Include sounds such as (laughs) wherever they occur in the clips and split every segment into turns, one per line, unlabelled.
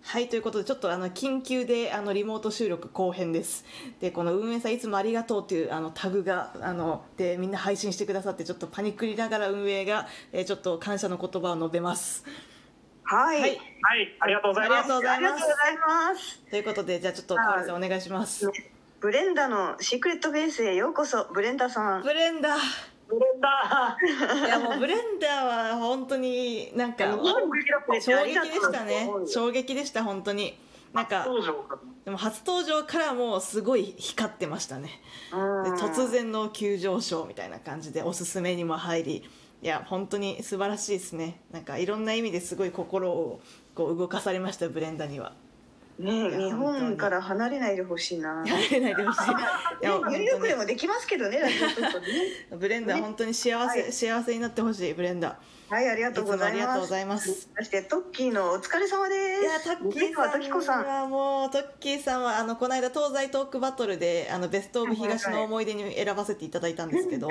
はいということでちょっとあの緊急であのリモート収録後編ですでこの運営さんいつもありがとうっていうあのタグがあのでみんな配信してくださってちょっとパニックりながら運営が、えーちょっと感謝の言葉を述べます
はい、
はい
はい、ありがとうござい
あ
ま
りが
す
とう。ござい
ありが
ま
とう
す
ございます。
ということでじゃあちょっと河原さんお願いします
ブレンダのシークレットベースへようこそ、ブレンダさん。
ブレンダー
ブレンダー。
いやもうブレンダーは本当になんか
衝撃だった
衝撃でしたね衝撃でした本当になんか
登場かと思
でも初登場からもうすごい光ってましたねで
うん
突。然の急上昇みたいな感じでおすすめにも入りいや本当に素晴らしいですねなんかいろんな意味ですごい心をこう動かされましたブレンダには
ねえ、
いや
日本から離れないでほしいな。
や
ね
れないでほ
(laughs)
しいい
ニ
や
ュ
本
ーヨークで
当
もできますけどね、ラジオトークね
にブレンダ本当に幸せ、
はい
幸せになってほしいブレンダ
はい、ありが
い
と
つ
うご
もあ
ざい
りがとう
ま
ご
す。
ざいます
そしてトッキーのお疲れ様です。
いやタッキー
トキコ
さ
さ
ん
ん。
はもうトッキーさんはあのこの間東西トークバトルであのベスト・オブ東の思い出に選ばせていただいたんですけど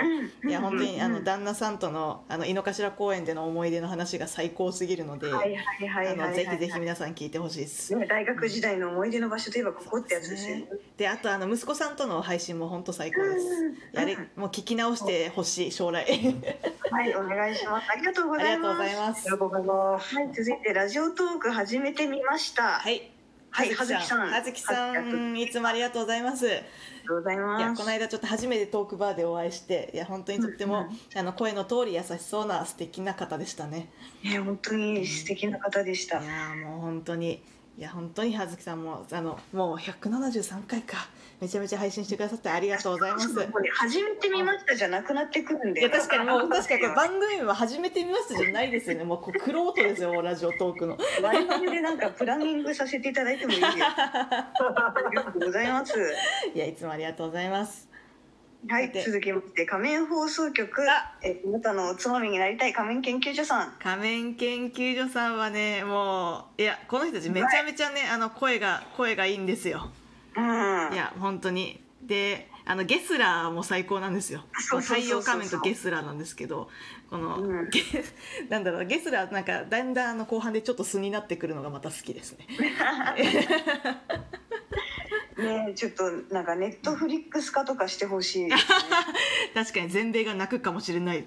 いや本当にあの旦那さんとのあの井の頭公園での思い出の話が最高すぎるので、
はいはいはいは
あ
いは
の
い。
ぜひぜひ皆さん聞いてほしいです。
ね大学時代の思い出の場所といえばここってやつですよね。
であとあの息子さんとの配信も本当最高です
うん。
やれもう聞き直してほしい将来。 (laughs)
はい、お願いします。ありがとうご
あり
ざい
がとうご
ま
ざ
す
い。ま
あ
す
り。がとうございます。
はい、続いてラジオトーク始めてみました。、
はいい。
はい
は
は
ず
ず
き
き
さ
さん
ん、いつもありがとうございます。
ありがとうござい
いや
ます。
この間ちょっと初めてトークバーでお会いしていや本当にとっても、
うんうん
あの声の通り優しそうな素敵な方でしたね
ね、本当に素敵な方でし
い
た。
や
ね
ーもう本当にいや本当に葉月さんもあのもう173回かめちゃめちゃ配信してくださってありがとうございますい
始めてみましたじゃなくなってくるんで。
や確かにもう確かにこれ番組は始めてみましたじゃないですよねもうこうクロートですよもうラジオトーク (laughs) の
我々でなんかプランニングさせていただいても
(laughs)
いいですか。ありがとうございます。
いやいつもありがとうございます
は
さ
い、
て
続きまして仮面放送局
あ、
え、あなたのおつまみになりたい仮面研究所さん。
仮面研究所さんはねもういやこの人たちめちゃめちゃね、あの声が声がいいんですよ
うん。
いや本当にであのゲスラーも最高なんですよ
そうそうそうそう
太陽仮面とゲスラーなんですけどこの、 (laughs)
うん
ゲなんだろうゲスラーなんかだんだんあの後半でちょっと素になってくるのがまた好きですね
ね、ちょっとなんかネットフリックス化とかしてほしいですね。
(laughs) 確かに全米が泣くかもしれない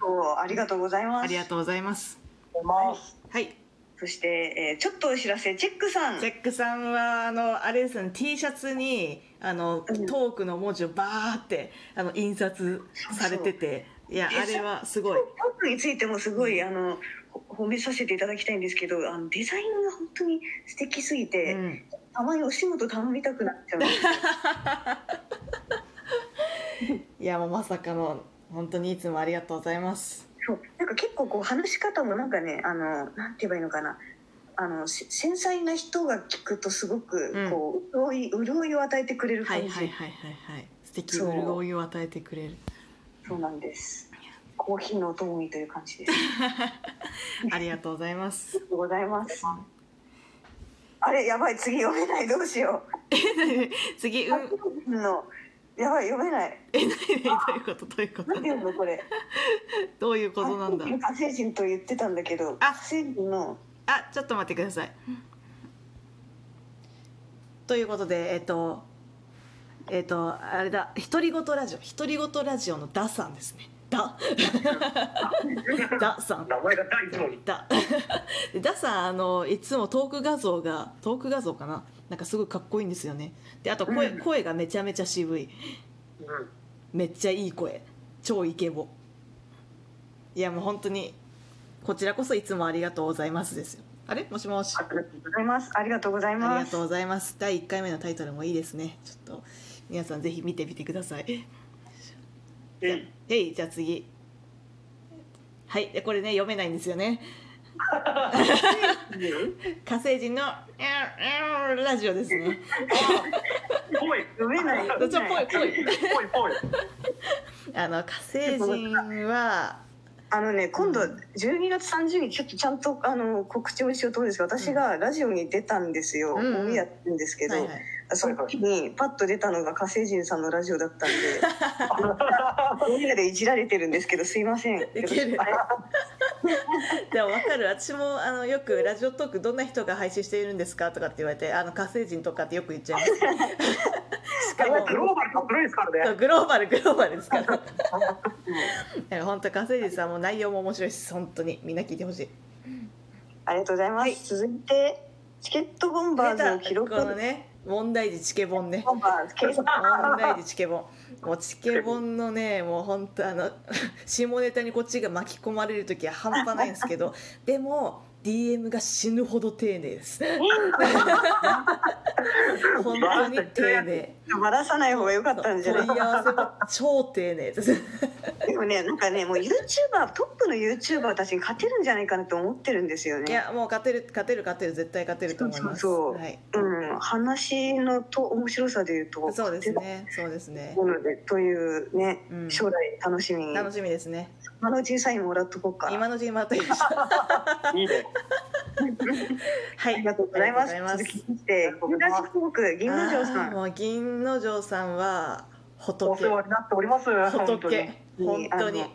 そう、ありがとうございます。
ありがとうございます
ます。
はい
そして、えーちょっとお知らせ、チェックさん。
チェックさんはあのあれですね T シャツにあのト
うん
ークの文字をバーってあの印刷されてていやあれはすごい
トークについてもすごい、あの、ほ褒めさせていただきたいんですけど、あの、デザインが本当に素敵すぎて、
うん
たまにお仕事頼みたくなっちゃうんで
(laughs)
すよ。
いやもうまさかの本当にいつもありがとうございます
そうなんか結構こう話し方もなんかね、あの、なんて言えばいいのかな。あの、せ繊細な人が聞くとすご
うん
く、こう、潤い、潤いを与えてくれる
はい
感じ。
はいはいはいはい素敵
そう
潤いを与えてくれ (laughs) る
そうなんです。コーヒーのお供にという感じです。あ
ありがとうございます (laughs)
りがとうございます。あれ、やばい、次読めない、どうしよう。
次うん
の、やばい、読めない。
どういうことどういうこ
な
と
んて読むの、これ。
どういうことなんだ
火星人と言ってたんだけど、
あ
火星人の。
あちょっと待ってくださいということでえっとえっとあれだ独り言ラジオ独り言ラジオのダさんですね (laughs) ダダさん
名前が第一問に。
だでダさんあのいつもトーク画像がトーク画像かななんかすごいかっこいいんですよねであと声,、
うん
声がめちゃめちゃ渋い
うん。
めっちゃいい声超イケボいやもう本当にこちらこそいつもありがとうございますですよあれもしもし
ありがとうございます。ありがとうござい
あり
ま
が
す
とう。ございます第1回目のタイトルもいいですねちょっと皆さんぜひ見てみてください
えい。
へいじゃあ次はいでこれね読めないんですよね火星人のえーえーラジオですね
ぽい。
読めない。
ちょっとぽいぽい
ぽいぽい。
あの火星人は
あのね、今度12月30日、ちょっとちゃんと、あの、告知をしようと思うんですけど、私がラジオに出たんですよ。
うん
オンエアやってるんですけど、
はいはい
その時にパッと出たのが火星人さんのラジオだったん
(laughs)
で、オンエアでいじられてるんですけど、すいません。
いける
あれ
でも分かる私もあのよくラジオトークどんな人が配信しているんですかとかって言われてあの火星人とかってよく言っちゃいます。しかも
グローバルかっこいいですから
そう
ね。
グローバルグローバルですから (laughs)
(laughs)
だから本当火星人さんも内容も面白いし本当にみんな聞いてほしい
ありがとうございます。続いてチケットボンバーズの記録。
このね問題児チケボンね
ボンバーズ警察。
問題児チケボンもうチケボンのねもう本当あの (laughs) 下ネタにこっちが巻き込まれる時は半端ないんですけ
(laughs)
どでも DM が死ぬほど丁寧です (laughs) 本当に丁
(laughs)
寧
ばらさない方が良かったんじゃない
問い合わせも超丁寧です
でもね、なんかね、もう YouTuber、トップの YouTuber たちに勝てるんじゃないかなと思ってるんですよ
い
ね。
やもう勝てる勝てる勝てる絶対勝てると思います
そうそうそう
はい、
うん、話のと面白さで言うと、
そうですねそうですね
勝てるもので。というね、
うん
将来楽しみに。
楽しみですね
今のうちにサインもらっとこうか。
今のうちにまた
(laughs)
言いました
いいね。
はい
ありがとうございます。続きまして、銀河四国銀河城さ
あー
ん。
もう銀の城さんは
お
仏
世話になっております。本当
仏
に。
本当に
あの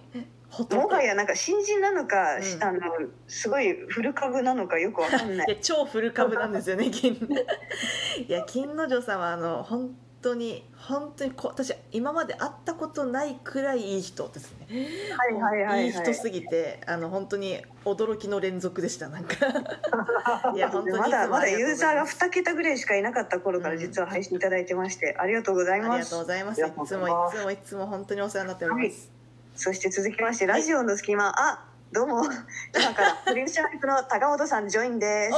仏
もはやなんか新人なのか、
うん
あのすごい古株なのかよくわかんな
(laughs)
い
い。や超古株なんですよ
(laughs)
ね銀 (laughs) いや金之丞さんはあの本当に本当にこ私今まで会ったことないくらいいい人ですね、
はいはいはいはい。
い人すぎてあの本当に驚きの連続でした
(laughs)
なんかいや本当にいつも
まだまだ
ありとう
ユー
ござ
ザー
い
が
ます
2桁ぐらいしかいなかった頃か
う
ら
ん
実は配信いただいてまして、ありがとうござい
あり
ま
がとうご
す
ざいますい
あ
つ
りがと
もい
うございます
つもいつも本当にお世話になっております、
そして続きましてラジオの隙間、あど
(laughs)
うも今からフリーシャークの高本さんジョインです
お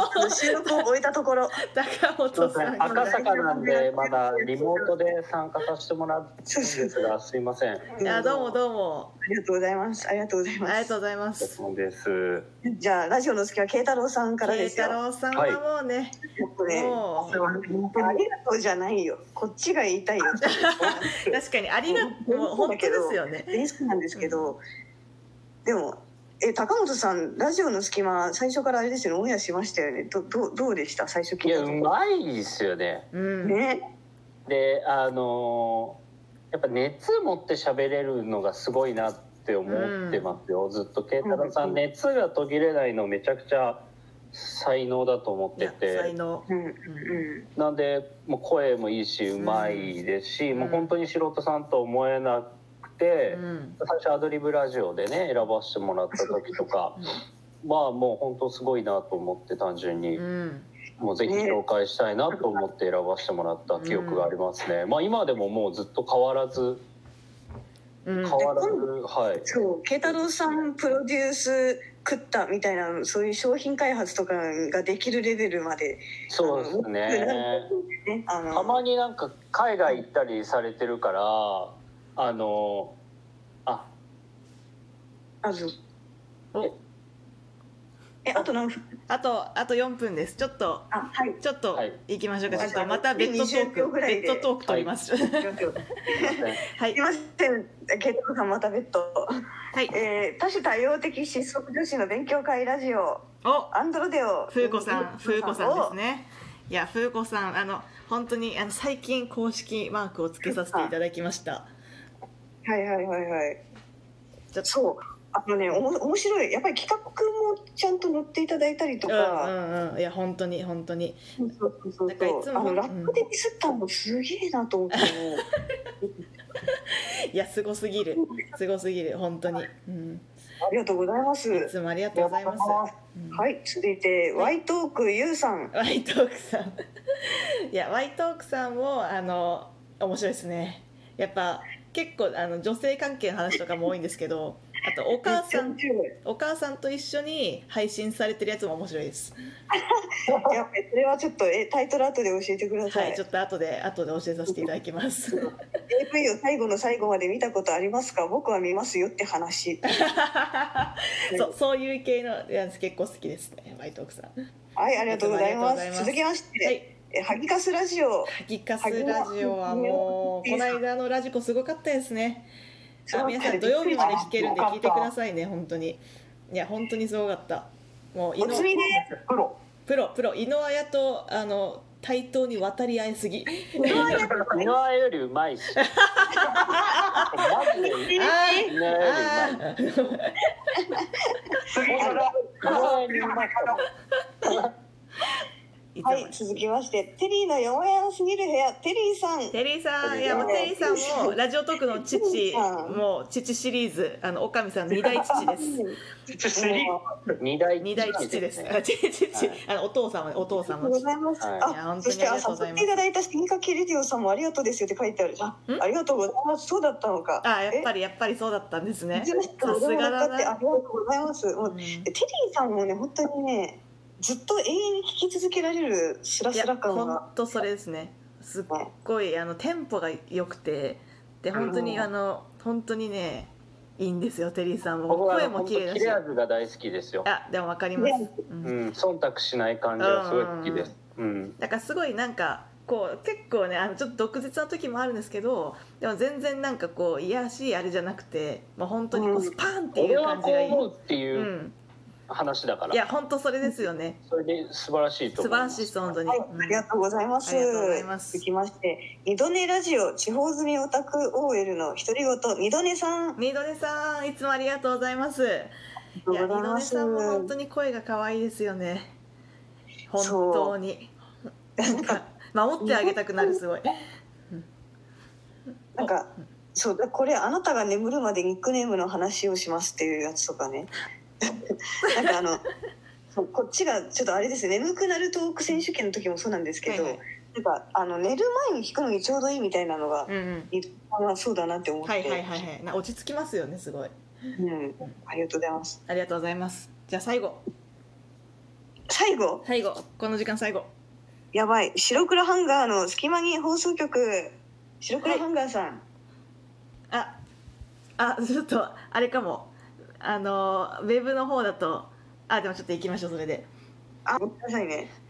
お
あの収録を終えたところ
高本さん
赤坂なんでまだリモートで参加させてもらってるんですがすいません。
あどうもどうも
ありがとうございますありがとうござい
あり
ま
がとう
す
ございま
そ
す
うです。
じゃあラジオの隙間慶太郎さんから
慶
です
太
よ
郎さんはもうね、
もうね
も
お
う
世話になって
あ
おり
りがとうじゃないよこっちが言いたいよ
確かにありがとうもう本当ですよね
大好きなんですけどでもえ高本さんラジオの隙間最初からあれですよねオンエアしましたよねどどうどうでした最初
い
聞い
や
た
う
時
まいですよね。
うん、
ね
であのーやっぱ熱持って喋れるのがすごいなって思ってますよ。ずっと慶太郎さ
うん
ん熱が途切れないのめちゃくちゃ才能だと思っ
い
て
や才
て。
能
うん
うん
う
なんでもう声もいいしうまいですし、
ん
もう本当に素人さんと思えなくて。
うん
最初アドリブラジオでね選ばせてもらった時とかまあもう本当すごいなと思って単純に、
うん
もうぜひ紹介したいなと思って選ばせてもらった記憶がありますね、まあ今でももうずっと変わらず
うん
変わらず、はい
ん、そう慶太郎さんプロデュース食ったみたいなそういう商品開発とかができるレベルまで
そうですね
ねあの
たまになんか海外行ったりされてるからあのあ
あそう
お
えあと何分
あとあと4分ですちょっと
あはい
ちょっと
はい
行きましょうか、
はい
ちょっとまたベッドトー
20秒
ク
ぐらい
ベ
で
ッドトーク取りますは
すい
すいません
い
ません慶太郎さんまた別途、
はい
えー、多種多様的失速女子の勉強会ラジオ
お
アンドロデオ
風子さん風子さんです
ね
ねいや風子さんあの本当にあの最近公式マークをつけさせていただきました
はいはいはいはい
ちょっと
そうあのねおも面白いやっぱり企画もちゃんと載っていただいたりと
うん
か、
うんうんいや本当に本当に
そうそうそう
なんかい
そう
つも
あの
うん
ラップでミスったのすげえなと思っても
いやすごすぎるすごすぎる本当に、うん、
ありがとうございます
いつもありがとうございます、うん
はい続いてワイトークゆうさん
ワイトークさん (laughs) いやワイトークさんもあの面白いですねやっぱ結構あの女性関係の話とかも多いんですけどあとお母さ
めっ
ん
ちゃ面白い
お母さんと一緒に配信されてるやつも面白いです
やばいそれはちょっとえタイトル後で教えてくださ、
はいいちょっと後で後で教えさせていただきます (laughs)
AV を最後の最後まで見たことありますか僕は見ますよって話
そうそういう系のやつ結構好きですねワイトークさんは
はいありがとうございます
ありがとうございます
続きまして、
い
えハギカスラジオ
「ギカスラジオ」はもうこの間のラジコすごかったですねあ皆さん土曜日まで聞けるんで聞いてくださいね本当にいや本当にすごかったもう井
お
上
つみで
プロ。
プロプロ井上綾とあの対等に渡り合いすぎ
井上よりう
(laughs)
まいしマジで井上よりうまい
あーあー
次から。
いつも
はい、続きまして、テリーのよもやんすぎる部屋、テリーさん。
テリーさん、いや、もう
テ
テ
リ
リ
ー
ー
さ
さ
ん
んも、ラジオトークの父
テリーさん、
もう父シリーズ、あの、おかみさん、二大父です。
ちょセリ
も
二大
二大父です。
ね
あ、父、父、あの、お父様、お父
うありが
様
とう。ございます。
はい
いや
あ、
本当
そ
に
して、
あ
あ、
りがとうござ
誘
い
っ
ます
ていただいた進化系レディオさんもありがとうですよって書いてある。あ、
ん
ありがとうございます。そうだったのか。
あ、やっぱり、
り。
やっぱりそうだったんですね。
じゃあ
さすがだ
ってあ
な
り。がとうございます。もう
うん
テリーさんもね、本当にね、ずっと永遠に聞き続けられるスラ
い
ス
や
ラ感
本
が。
当それですねすっごいあのテンポが良くてで本当に
うん
あの本当にねいいんですよテリーさんも
僕は
声
あの
も
本当
綺麗だ
切
し
れ味が大好きですよ。
あでも分かります、う、
うんん、忖度しない感じがすごい好きです。うん、
だからすごいなんかこう結構ねあのちょっと毒舌な時もあるんですけどでも全然なんかこういやらしいあれじゃなくてもう本当にこ
う
うんスパンってい
俺
う
は
感
こ
じ
う
がいい、、
思うっていううん話だから。
いや本当それですよね
それで素晴らしいと
素晴
思い
ら
ま
しい
す。
です本当に、
はい、
うん
ありがとうございます。
ありがとうございます
続きまして、二度寝ラジオ地方住みオタク OL の独り言、二度寝さん。あ
二度寝さんいつもありがとうございます
り
いや、二度
ま
寝
す
さんも本当に声が可愛いですよね。本当に。なんか守ってあげたくなるすごい。
なんか、そう、だこれ、あなたが眠るまでニックネームの話をしますっていうやつとかね。 (laughs) なんかあの、そうこっちがちょっとあれですね、眠くなるトーク選手権の時もそうなんですけど、
はいはい
なんか、あの、寝る前に聞くのにちょうどいいみたいなのが
(laughs) う、んうん。
二度寝さんはそうだなって思って、
はいはいはいはい。な落ち着きますよねすごい。
うん、ありがとうございます。
ありがとうございます。じゃあ最後
最後、
最後この時間最後。
やばい、白黒ハンガーの隙間に放送局、白黒ハンガーさん。
ああちょっとあれかもあのウェブの方だとあでもちょっと行きましょうそれで。
あ、ごめんなさいね。